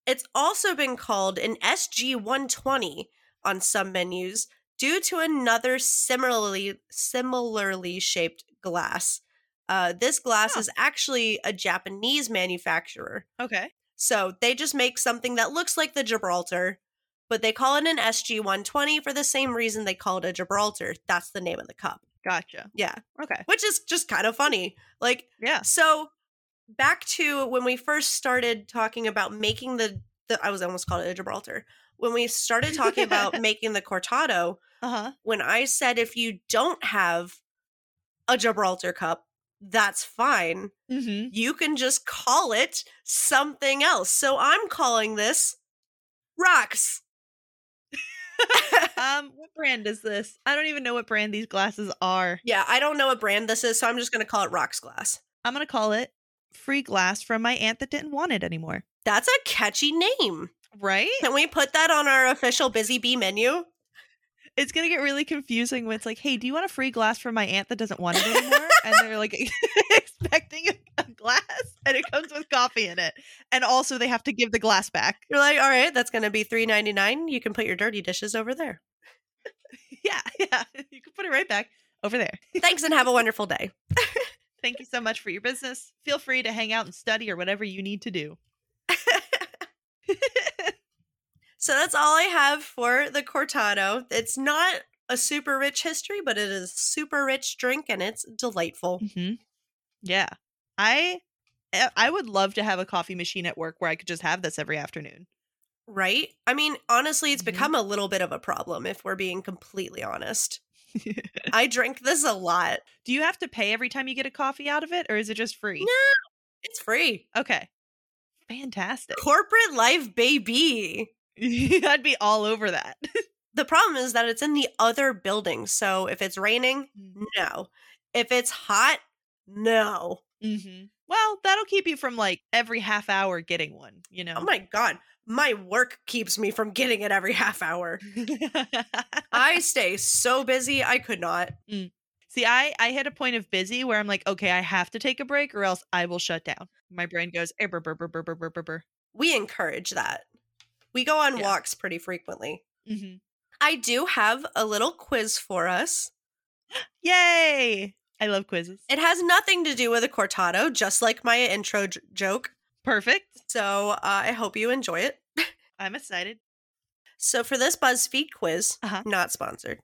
A: it's also been called an SG 120 on some menus due to another similarly similarly shaped glass. Uh, this glass
B: Huh.
A: is actually a Japanese manufacturer.
B: *laughs* Okay.
A: So they just make something that looks like the Gibraltar, but they call it an SG 120 for the same reason they call it a Gibraltar. That's the name of the cup.
B: Gotcha.
A: Yeah.
B: Okay.
A: Which is just kind of funny. Like,
B: Yeah.
A: so back to when we first started talking about making the, the I was almost called it a Gibraltar. When we started talking about making the cortado,
B: Uh huh.
A: when I said if you don't have a Gibraltar cup, that's fine.
B: *laughs* Mm-hmm.
A: You can just call it something else. So I'm calling this rocks.
B: Um, what brand is this? I don't even know what brand these glasses are.
A: yeah, I don't know what brand this is, so I'm just going to call it rocks glass.
B: I'm gonna call it free glass from my aunt that didn't want it anymore.
A: That's a catchy name.
B: Right?
A: Can we put that on our official Busy Bee menu?
B: It's gonna get really confusing when it's like, hey, do you want a free glass from my aunt that doesn't want it anymore? and they're like *laughs* expecting a, a glass and it comes with coffee in it. And also they have to give the glass back. *laughs*
A: You're like, all right, that's going to be three ninety nine. You can put your dirty dishes over there.
B: Yeah, yeah. You can put it right back over there.
A: Thanks and have a wonderful day.
B: Thank you so much for your business. Feel free to hang out and study or whatever you need to do.
A: So that's all I have for the Cortado. It's not a super rich history, but it is a super rich drink and it's delightful.
B: Mm-hmm. Yeah, I I I would love to have a coffee machine at work where I could just have this every afternoon.
A: Right? I mean, honestly, it's
B: Mhm.
A: become a little bit of a problem if we're being completely honest. I drink this a lot.
B: Do you have to pay every time you get a coffee out of it, or is it just free?
A: It's free.
B: Okay, fantastic.
A: Corporate life, baby.
B: *laughs* I'd be all over that.
A: The problem is that it's in the other building. So if it's raining, no. If it's hot, no.
B: *laughs* Mm-hmm. Well, that'll keep you from like every half hour getting one. You know.
A: Oh my god, my work keeps me from getting it every *laughs* half hour. I stay so busy, I could not.
B: *laughs* See, I I hit a point of busy where I'm like, okay, I have to take a break, or else I will shut down. My brain goes, eh, brr, brr, brr, brr, brr, brr, brr, brr.
A: We encourage that. We go on
B: Yeah.
A: walks pretty frequently.
B: Mm-hmm.
A: I do have a little quiz for us.
B: Yay! I love quizzes.
A: It has nothing to do with a cortado, just like my intro j- joke.
B: Perfect.
A: So uh, I hope you enjoy it.
B: I'm excited.
A: So for this BuzzFeed quiz,
B: Uh-huh.
A: not sponsored,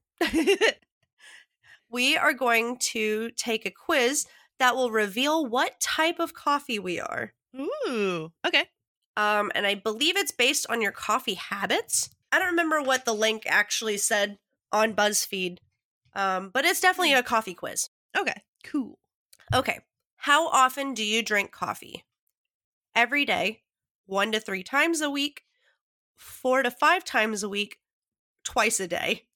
A: we are going to take a quiz that will reveal what type of coffee we are.
B: *laughs* Ooh. Okay.
A: Um, and I believe it's based on your coffee habits. I don't remember what the link actually said on BuzzFeed, um, but it's definitely a coffee quiz.
B: Okay. Cool. *laughs*
A: Okay. How often do you drink coffee? Every day, one to three times a week, four to five times a week, twice a day.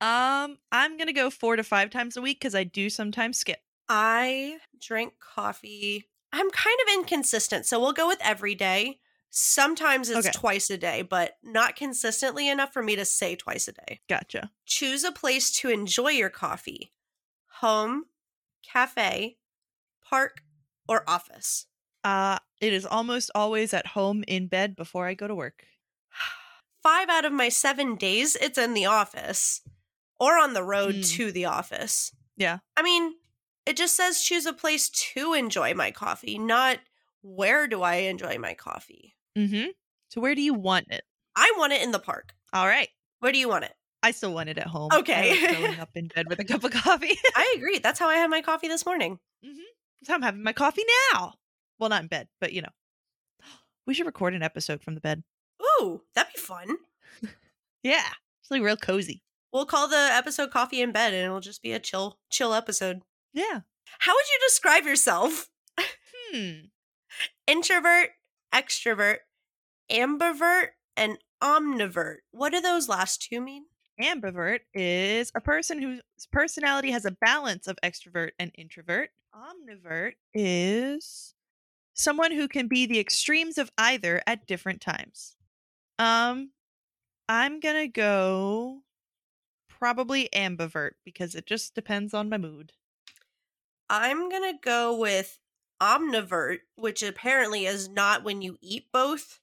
B: um, I'm gonna go four to five times a week because I do sometimes skip.
A: I drink coffee. I'm kind of inconsistent, so we'll go with every day. Sometimes it's
B: Okay.
A: twice a day, but not consistently enough for me to say twice a day.
B: Gotcha.
A: Choose a place to enjoy your coffee home, cafe, park, or office.
B: Uh, it is almost always at home in bed before I go to work.
A: Five out of my seven days, it's in the office or on the road
B: Hmm.
A: to the office.
B: Yeah.
A: I mean, it just says choose a place to enjoy my coffee, not where do I enjoy my coffee.
B: Mm-hmm. So where do you want it?
A: I want it in the park.
B: All right.
A: Where do you want it?
B: I still want it at home. I like *laughs*
A: Okay.
B: curling up in bed with a cup of coffee. *laughs*
A: I agree. That's how I had my coffee this morning.
B: So I'm having my coffee now. Well, not in bed, but you know. *gasps* We should record an episode from the bed.
A: Ooh, that'd be fun.
B: Yeah. It's like real cozy.
A: We'll call the episode Coffee in Bed and it'll just be a chill, chill episode.
B: Yeah.
A: How would you describe yourself?
B: Hmm.
A: Introvert, extrovert, ambivert, and omnivert. What do those last two mean?
B: Ambivert is a person whose personality has a balance of extrovert and introvert. Omnivert is someone who can be the extremes of either at different times. Um I'm going to go probably ambivert because it just depends on my mood. *laughs*
A: I'm gonna go with omnivert, which apparently is not when you eat both.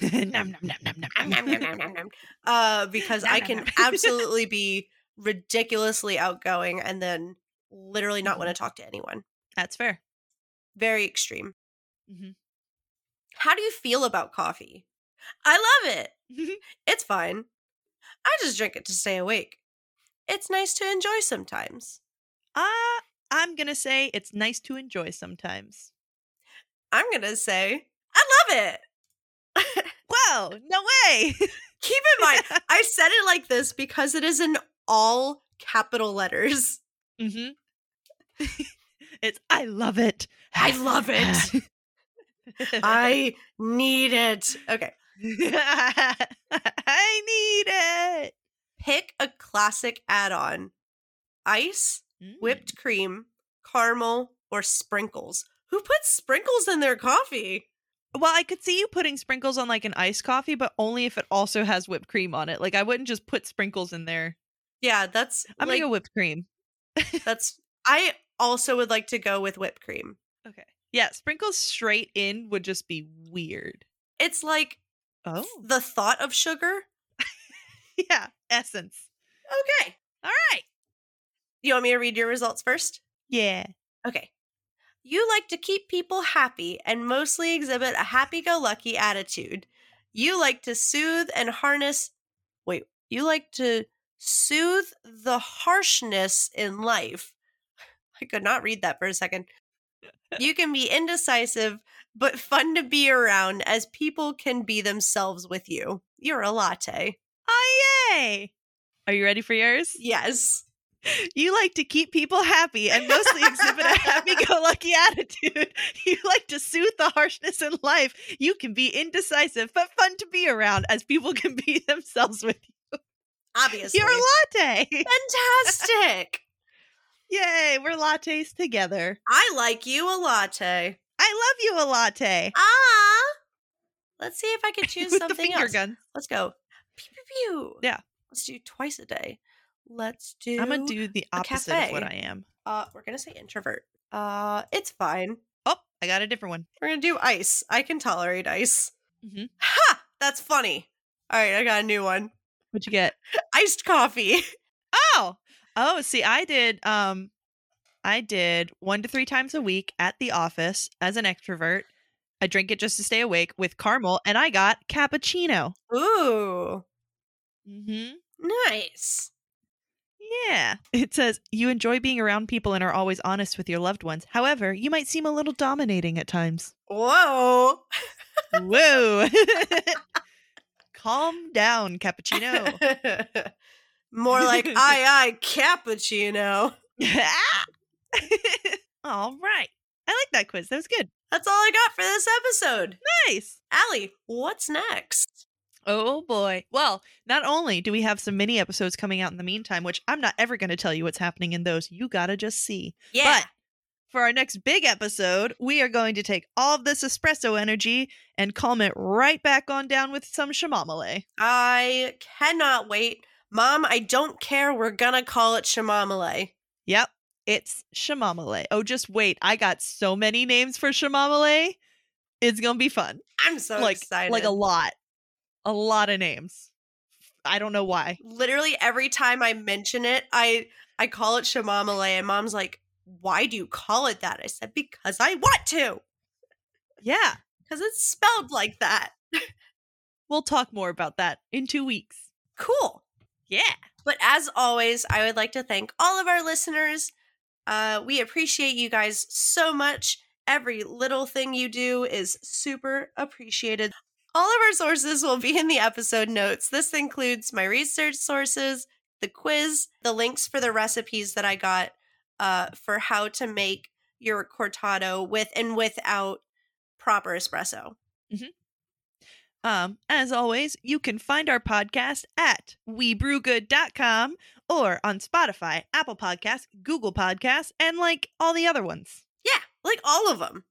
B: nom, nom, nom, nom, nom,
A: Om nom, nom, *laughs* nom, nom, nom. Uh, because
B: Nom,
A: I
B: nom,
A: can
B: nom.
A: *laughs* absolutely be ridiculously outgoing and then literally not want to talk to anyone.
B: That's fair.
A: Very extreme.
B: Mhm.
A: How do you feel about coffee? I love it. It's fine. I just drink it to stay awake. It's nice to enjoy sometimes.
B: Ah, I'm gonna say it's nice to enjoy sometimes.
A: I'm gonna say, I love it.
B: Wow, no way. *laughs*
A: Keep in mind, I said it like this because it is in all capital letters. *laughs*
B: mm-hmm. *laughs* it's I love it.
A: I love
B: *laughs*
A: it. I need it. Okay.
B: I need it.
A: Pick a classic add on ice,
B: Mm.
A: whipped cream, caramel, or sprinkles. Who puts sprinkles in their coffee?
B: Mm. Well, I could see you putting sprinkles on like an iced coffee, but only if it also has whipped cream on it. Like I wouldn't just put sprinkles in there.
A: Yeah, that's
B: I'm
A: like
B: gonna go whipped cream.
A: that's I also would like to go with whipped cream.
B: Okay. Yeah, sprinkles straight in would just be weird.
A: It's like
B: Oh.
A: the thought of sugar.
B: *laughs* Yeah, essence.
A: Okay.
B: All right.
A: You want me to read your results first?
B: Yeah.
A: Okay. You like to keep people happy and mostly exhibit a happy go lucky attitude. You like to soothe and harness. Wait, you like to soothe the harshness in life. *laughs* I could not read that for a second. You can be indecisive, but fun to be around as people can be themselves with you. You're a latte.
B: Oh, yay. Are you ready for yours?
A: Yes.
B: You like to keep people happy and mostly exhibit a happy go lucky attitude. *laughs* You like to soothe the harshness in life. You can be indecisive, but fun to be around as people *laughs* can be themselves with you.
A: Obviously.
B: You're a latte. *laughs*
A: Fantastic.
B: Yay. We're lattes together.
A: I like you a latte.
B: I love you a latte.
A: Ah. Let's see if I
B: *laughs*
A: can choose
B: With the
A: something
B: finger
A: else.
B: gun.
A: Let's go. Pew pew pew.
B: Yeah.
A: Let's do twice a day. Let's do.
B: I'm going to do the
A: a
B: opposite of what I
A: cafe.
B: am.
A: Uh, we're gonna say introvert. Uh, it's fine.
B: Oh, I got a different one.
A: We're gonna do ice. I can tolerate ice.
B: Mhm.
A: Ha! That's funny. All right, I got a new one.
B: What'd you get?
A: Iced coffee. *laughs*
B: Oh, oh, see, I did, um, I did one to three times a week at the office as an extrovert. I drink it just to stay awake with caramel, and I got cappuccino.
A: Ooh,
B: Mm-hmm.
A: nice.
B: Yeah. It says you enjoy being around people and are always honest with your loved ones. However, you might seem a little dominating at times.
A: Whoa.
B: Whoa. *laughs* Calm down,
A: *laughs*
B: cappuccino. *laughs*
A: More like I I cappuccino.
B: All right. I like that quiz. That was good.
A: That's all I got for this episode.
B: Nice.
A: Allie, what's next?
B: Oh boy. Well, not only do we have some mini episodes coming out in the meantime, which I'm not ever going to tell you what's happening in those, you got to just see.
A: Yeah.
B: But for our next big episode, we are going to take all of this espresso energy and calm it right back on down with some shamamale.
A: I cannot wait. Mom, I don't care. We're gonna call it Shamamale.
B: Yep, it's shamamale. Oh, just wait. I got so many names for shamamale. It's gonna be fun.
A: I'm so
B: like
A: excited.
B: like a lot, a lot of names. I don't know why.
A: literally every time I mention it, I I call it Shamamale, and Mom's like, "Why do you call it that?" I said, "Because I want to,
B: Yeah,
A: because it's spelled like that."
B: we'll talk more about that in two weeks.
A: Cool.
B: Yeah.
A: But as always, I would like to thank all of our listeners. Uh, we appreciate you guys so much. Every little thing you do is super appreciated. All of our sources will be in the episode notes. This includes my research sources, the quiz, the links for the recipes that I got uh, for how to make your cortado with and without proper espresso.
B: Um, as always, you can find our podcast at webrewgood.com or on Spotify, Apple Podcasts, Google Podcasts, and like all the other ones.
A: Yeah, like all of them.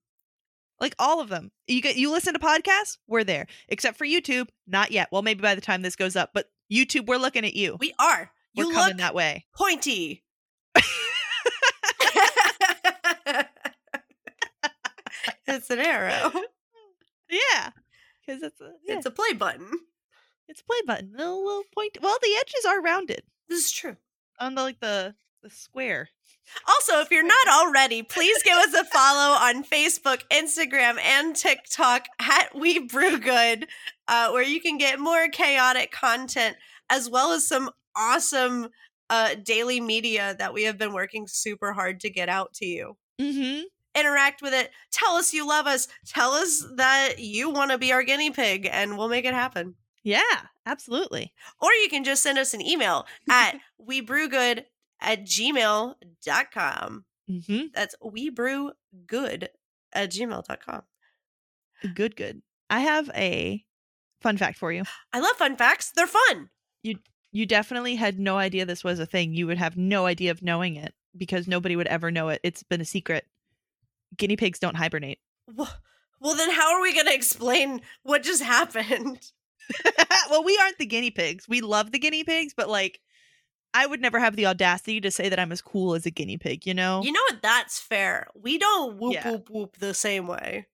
B: Like all of them. You get you listen to podcasts, we're there. Except for YouTube, not yet. Well, maybe by the time this goes up, but YouTube, we're looking at you.
A: We are.
B: We're
A: You
B: coming
A: look
B: that way.
A: pointy. it's an arrow.
B: Yeah. Because it's a yeah,
A: It's a play button.
B: it's a play button. A little point. Well, the edges are rounded
A: This is true.
B: on the like the the square.
A: Also, if you're not already, please give us a follow on Facebook, Instagram, and TikTok at We Brew Good, uh, where you can get more chaotic content as well as some awesome uh, daily media that we have been working super hard to get out to you.
B: Mm-hmm.
A: interact with it. Tell us you love us. Tell us that you want to be our guinea pig, and we'll make it happen.
B: Yeah, absolutely.
A: Or you can just send us an email *laughs* at webrewgood at gmail.com.
B: Mm-hmm.
A: That's webrewgood at gmail.com.
B: Good, good. I have a fun fact for you.
A: I love fun facts. They're fun.
B: you definitely had no idea this was a thing. You would have no idea of knowing it because nobody would ever know it. It's been a secret. Guinea pigs don't hibernate. *laughs*
A: Wh- Well, then how are we going to explain what just *laughs* happened?
B: well, we aren't the guinea pigs. We love the guinea pigs, but like I would never have the audacity to say that I'm as cool as a guinea pig, you know?
A: You know what? That's fair. We don't whoop,
B: Yeah.
A: whoop, whoop the same way.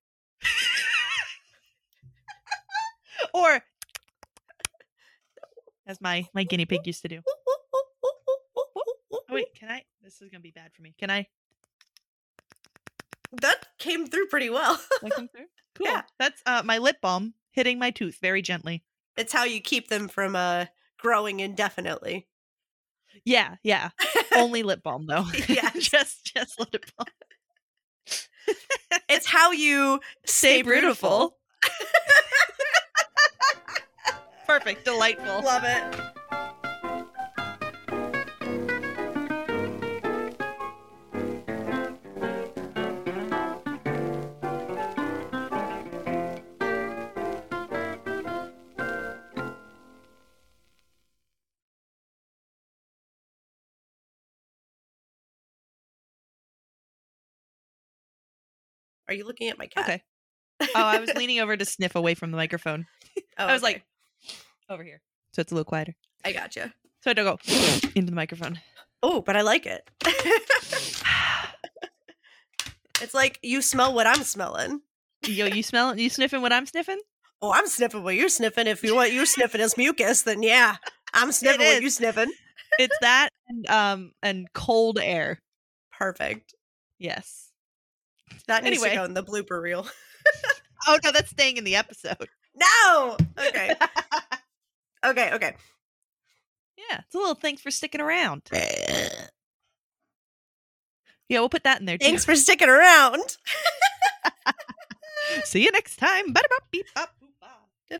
B: Or as my my guinea pig used to do.
A: Whoop, whoop, whoop, whoop, whoop, whoop, whoop,
B: Oh, wait, can I? This is going to be bad for me. Can I?
A: whoop. That came through pretty well. *laughs*
B: That come through? Cool.
A: Yeah.
B: That's uh, my lip balm hitting my tooth very gently.
A: It's how you keep them from uh growing indefinitely. *laughs*
B: Yeah, *laughs* yeah. Only lip balm though. *laughs*
A: *laughs* Yes.
B: just just lip balm.
A: It's how you stay beautiful.
B: Perfect. Delightful.
A: Love it. Are you looking at my cat?
B: Okay. Oh, I was leaning over to sniff away from the *laughs* microphone.
A: *laughs* Oh,
B: I was
A: okay.
B: like over here. So it's a little quieter.
A: I gotcha.
B: So I don't go *laughs* into the *sighs* microphone.
A: Oh, but I like it. *laughs* it's like you smell what I'm smelling.
B: Yo, you smell you sniffing what I'm sniffing?
A: Oh, I'm sniffing what you're sniffing. If
B: *laughs*
A: you what you're sniffing is mucus, then yeah, I'm sniffing
B: is.
A: what you sniffing.
B: It's that and um and cold air.
A: Perfect.
B: Yes.
A: That needs
B: Anyway.
A: to go in the blooper reel. *laughs*
B: Oh no, that's staying in the episode.
A: No.
B: *laughs*
A: Okay. okay. Okay.
B: Yeah, it's a little thanks for sticking around. Yeah, we'll put that in there too.
A: Thanks for sticking around.
B: *laughs* See you next time. Bada bop beep bop.